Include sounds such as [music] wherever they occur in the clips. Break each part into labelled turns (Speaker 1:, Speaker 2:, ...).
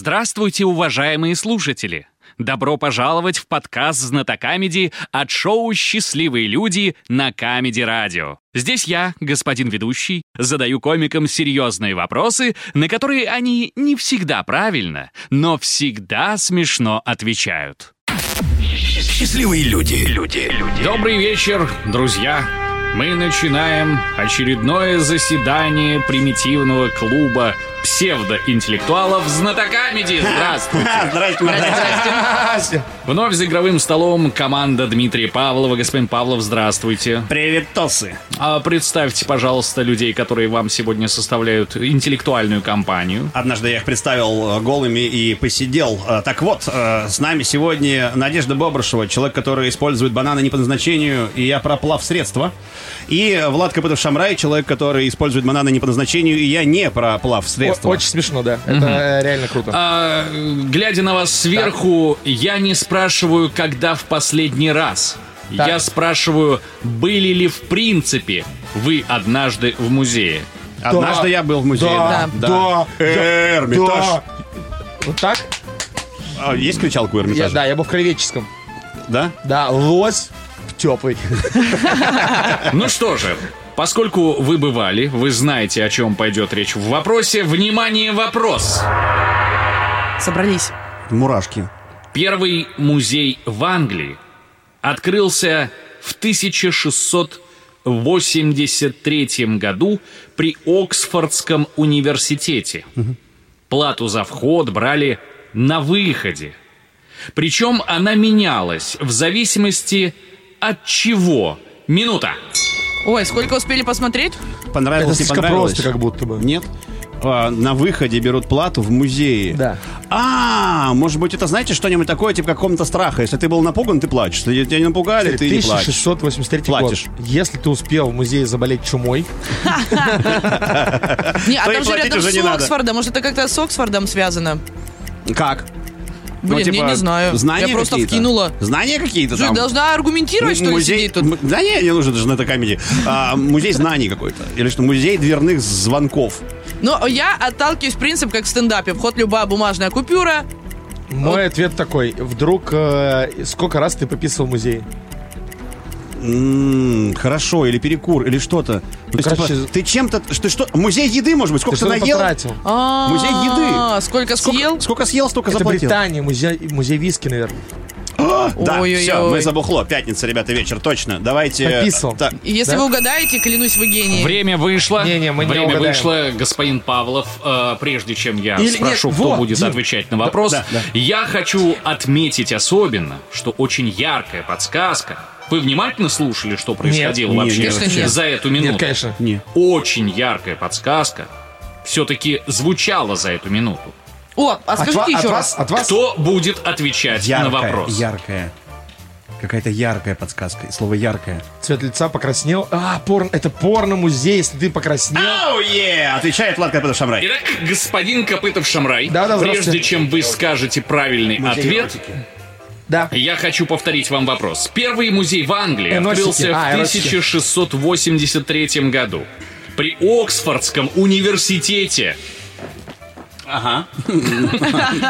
Speaker 1: Здравствуйте, уважаемые слушатели! Добро пожаловать в подкаст «Знатокамеди» от шоу «Счастливые люди» на Камеди Радио. Здесь я, господин ведущий, задаю комикам серьезные вопросы, на которые они не всегда правильно, но всегда смешно отвечают.
Speaker 2: Счастливые люди. Люди. Люди.
Speaker 1: Добрый вечер, друзья! Мы начинаем очередное заседание примитивного клуба псевдоинтеллектуалов знатокамеди. Здравствуйте!
Speaker 2: Здрасте,
Speaker 1: Вновь за игровым столом команда Дмитрия Павлова. Господин Павлов, здравствуйте.
Speaker 2: Привет, Тосы.
Speaker 1: А представьте, пожалуйста, людей, которые вам сегодня составляют интеллектуальную компанию.
Speaker 3: Однажды я их представил э, голыми и посидел. Э, Так вот, э, с нами сегодня Надежда Бобрышева, человек, который использует бананы не по назначению, и я проплав средства. И Влад Копытов-Шамрай, человек, который использует бананы не по назначению, и я не проплав средства.
Speaker 4: О- Очень смешно, да. Это э, реально круто.
Speaker 1: А, э, глядя на вас сверху, я не спрашиваю, когда в последний раз.
Speaker 4: Так.
Speaker 1: Я спрашиваю, были ли в принципе вы однажды в музее?
Speaker 3: Однажды я был в музее.
Speaker 4: Да,
Speaker 3: да.
Speaker 4: да,
Speaker 3: Э, Эрмитаж.
Speaker 4: Да. Вот так?
Speaker 3: А, Есть кричалка у
Speaker 4: Я,
Speaker 3: Эрмитажа?
Speaker 4: да, я был в Кровеческом.
Speaker 3: Да?
Speaker 4: Да, лось теплый.
Speaker 1: Ну что же, поскольку вы бывали, вы знаете, о чем пойдет речь в вопросе. Внимание, вопрос!
Speaker 5: Собрались.
Speaker 3: Мурашки.
Speaker 1: Первый музей в Англии открылся в 1683 году при Оксфордском университете. Плату за вход брали на выходе. Причем она менялась в зависимости от чего. Минута.
Speaker 5: Ой, сколько
Speaker 3: [laughs]
Speaker 5: успели посмотреть?
Speaker 4: Это
Speaker 3: Понравилось, не
Speaker 4: слишком
Speaker 3: понравилось?
Speaker 4: просто, как будто бы.
Speaker 3: Нет? А, на выходе берут плату в музее.
Speaker 4: Да.
Speaker 3: А, может быть, это знаете что-нибудь такое, типа как комната страха. Если ты был напуган, ты плачешь. Если тебя не напугали, ты не плачешь.
Speaker 4: 1683
Speaker 3: Платишь.
Speaker 4: год. Если ты успел в музее заболеть чумой,
Speaker 5: Не, а
Speaker 3: То и
Speaker 5: там же
Speaker 3: платить
Speaker 5: рядом
Speaker 3: уже
Speaker 5: с
Speaker 3: не надо.
Speaker 5: Оксфордом. Может, это как-то с Оксфордом связано?
Speaker 3: Как?
Speaker 5: Блин,
Speaker 3: Ну,
Speaker 5: я
Speaker 3: типа,
Speaker 5: не знаю.
Speaker 3: Знания
Speaker 5: я просто
Speaker 3: какие-то?
Speaker 5: вкинула.
Speaker 3: Знания какие-то
Speaker 5: Жень,
Speaker 3: там?
Speaker 5: должна аргументировать, что ли,
Speaker 3: музей...
Speaker 5: сидеть тут?
Speaker 3: м- Да не, не нужно даже на этой комедии. А, музей знаний какой-то. Или что, музей дверных звонков.
Speaker 5: Но я отталкиваюсь принцип, как в стендапе. Вход любая бумажная купюра.
Speaker 1: Ну.
Speaker 4: мой ответ такой. Вдруг э, сколько раз ты пописал в музее?
Speaker 3: М, хорошо, или перекур, или что-то. То есть,
Speaker 4: короче,
Speaker 3: типа, ты чем-то... Ты что, музей еды, может быть?
Speaker 4: Ты
Speaker 3: Сколько ты,
Speaker 4: что-то
Speaker 3: наел?
Speaker 4: потратил?
Speaker 5: А,
Speaker 3: Музей еды.
Speaker 5: Сколько съел?
Speaker 3: Сколько, сколько съел, столько
Speaker 4: Это
Speaker 3: заплатил.
Speaker 4: Британия, музей, музей виски, наверное.
Speaker 3: Да,
Speaker 5: Ой-ой-ой.
Speaker 3: все, мы забухло. Пятница, ребята, вечер, точно. Давайте... э,
Speaker 4: Пописал.
Speaker 3: Так,
Speaker 5: И Если
Speaker 4: Да?
Speaker 5: вы угадаете, клянусь, вы гений.
Speaker 1: Время вышло.
Speaker 4: Не-не, мы не
Speaker 1: Время
Speaker 4: угадаем.
Speaker 1: вышло, господин Павлов. Э, прежде чем я
Speaker 4: Или нет,
Speaker 1: спрошу, кто
Speaker 4: вот,
Speaker 1: будет
Speaker 4: Дим.
Speaker 1: отвечать на вопрос,
Speaker 3: да, да.
Speaker 1: я хочу отметить особенно, что очень яркая подсказка. Вы внимательно слушали, что происходило
Speaker 3: Нет,
Speaker 1: вообще
Speaker 3: нет,
Speaker 5: Конечно, нет.
Speaker 1: за эту минуту?
Speaker 4: Нет, конечно.
Speaker 3: не.
Speaker 1: Очень яркая подсказка все-таки звучала за эту минуту.
Speaker 5: О, а
Speaker 4: От,
Speaker 5: скажите
Speaker 4: ва- от
Speaker 5: еще раз.
Speaker 4: вас, от вас?
Speaker 1: Кто будет отвечать на вопрос?
Speaker 3: яркая. Какая-то яркая подсказка. И Слово яркое.
Speaker 4: Цвет лица покраснел. А, порно. Это порно-музей, если ты
Speaker 5: А.
Speaker 4: покраснел.
Speaker 3: Оу, е! Отвечает Влад Капитов Шамрай.
Speaker 1: Итак, господин Копытов-Шамрай,
Speaker 4: Да-да,
Speaker 1: прежде
Speaker 4: здравствуйте.
Speaker 1: чем вы скажете правильный ответ,
Speaker 4: Да.
Speaker 1: Я хочу повторить вам вопрос. Первый музей в Англии
Speaker 4: Эносики.
Speaker 1: открылся
Speaker 4: А,
Speaker 1: в
Speaker 4: эротики.
Speaker 1: 1683 году при Оксфордском университете. [laughs]
Speaker 3: Ага.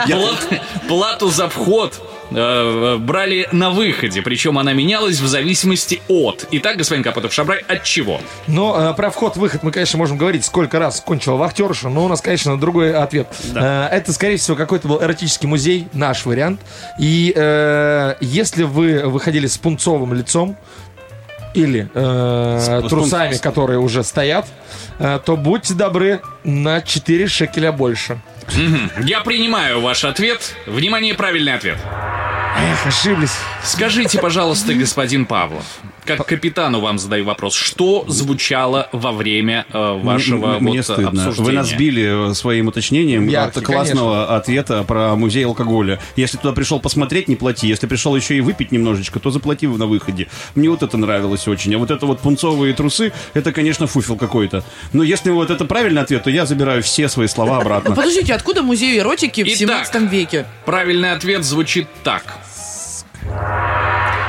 Speaker 1: Плат- плату за вход э, брали на выходе, причем она менялась в зависимости от. Итак, господин Капотов Шабрай, от чего?
Speaker 4: Но э, про вход-выход мы, конечно, можем говорить, сколько раз кончила вахтерша, но у нас, конечно, другой ответ. Э, это, скорее всего, какой-то был эротический музей, наш вариант. И э, если вы выходили с пунцовым лицом, или э,
Speaker 3: С- с
Speaker 4: трусами,
Speaker 3: пунц- с-
Speaker 4: которые уже стоят, э, то будьте добры на 4 шекеля больше.
Speaker 1: Я принимаю ваш ответ. Внимание, правильный ответ.
Speaker 4: Эх, ошиблись.
Speaker 1: Скажите, пожалуйста, господин Павлов, как капитану вам задаю вопрос, что звучало во время э, вашего
Speaker 3: Мне- Мне
Speaker 1: вот, э,
Speaker 3: стыдно.
Speaker 1: обсуждения?
Speaker 3: Вы нас сбили э, своим уточнением
Speaker 4: Яркий,
Speaker 3: от классного ответа про музей алкоголя. Если туда пришел посмотреть, не плати. Если пришел еще и выпить немножечко, то заплати на выходе. Мне вот это нравилось очень. А вот это вот пунцовые трусы, это, конечно, фуфел какой-то. Но если вот это правильный ответ, то я забираю все свои слова обратно. [laughs]
Speaker 5: Подождите, откуда музей эротики в
Speaker 1: Итак.
Speaker 5: 17 веке?
Speaker 1: Правильный ответ звучит так.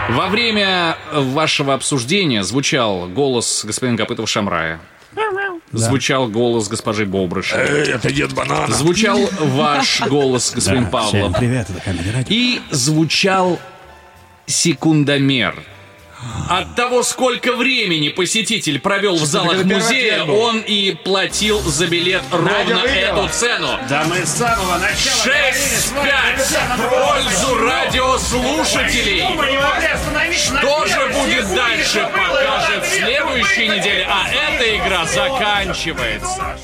Speaker 1: Во время вашего обсуждения звучал голос господина Копытова Шамрая. Звучал голос госпожи Бобрыша.
Speaker 4: Э, Это дед банан.
Speaker 1: Звучал ваш голос, господин Павлов.
Speaker 3: Привет, это камера радио.
Speaker 1: И звучал секундомер. От того, сколько времени посетитель провел в залах
Speaker 4: как первый
Speaker 1: музея,
Speaker 4: ответ был.
Speaker 1: он и платил за билет ровно
Speaker 4: выиграла.
Speaker 1: эту цену.
Speaker 3: Да мы с самого начала говорили с
Speaker 1: 6-5
Speaker 3: вами,
Speaker 1: в пользу радиослушателей.
Speaker 3: Мы не могли остановиться на
Speaker 1: Что
Speaker 3: первой
Speaker 1: же будет
Speaker 3: секунде,
Speaker 1: дальше,
Speaker 3: что было.
Speaker 1: покажет в следующей неделе. А эта игра заканчивается.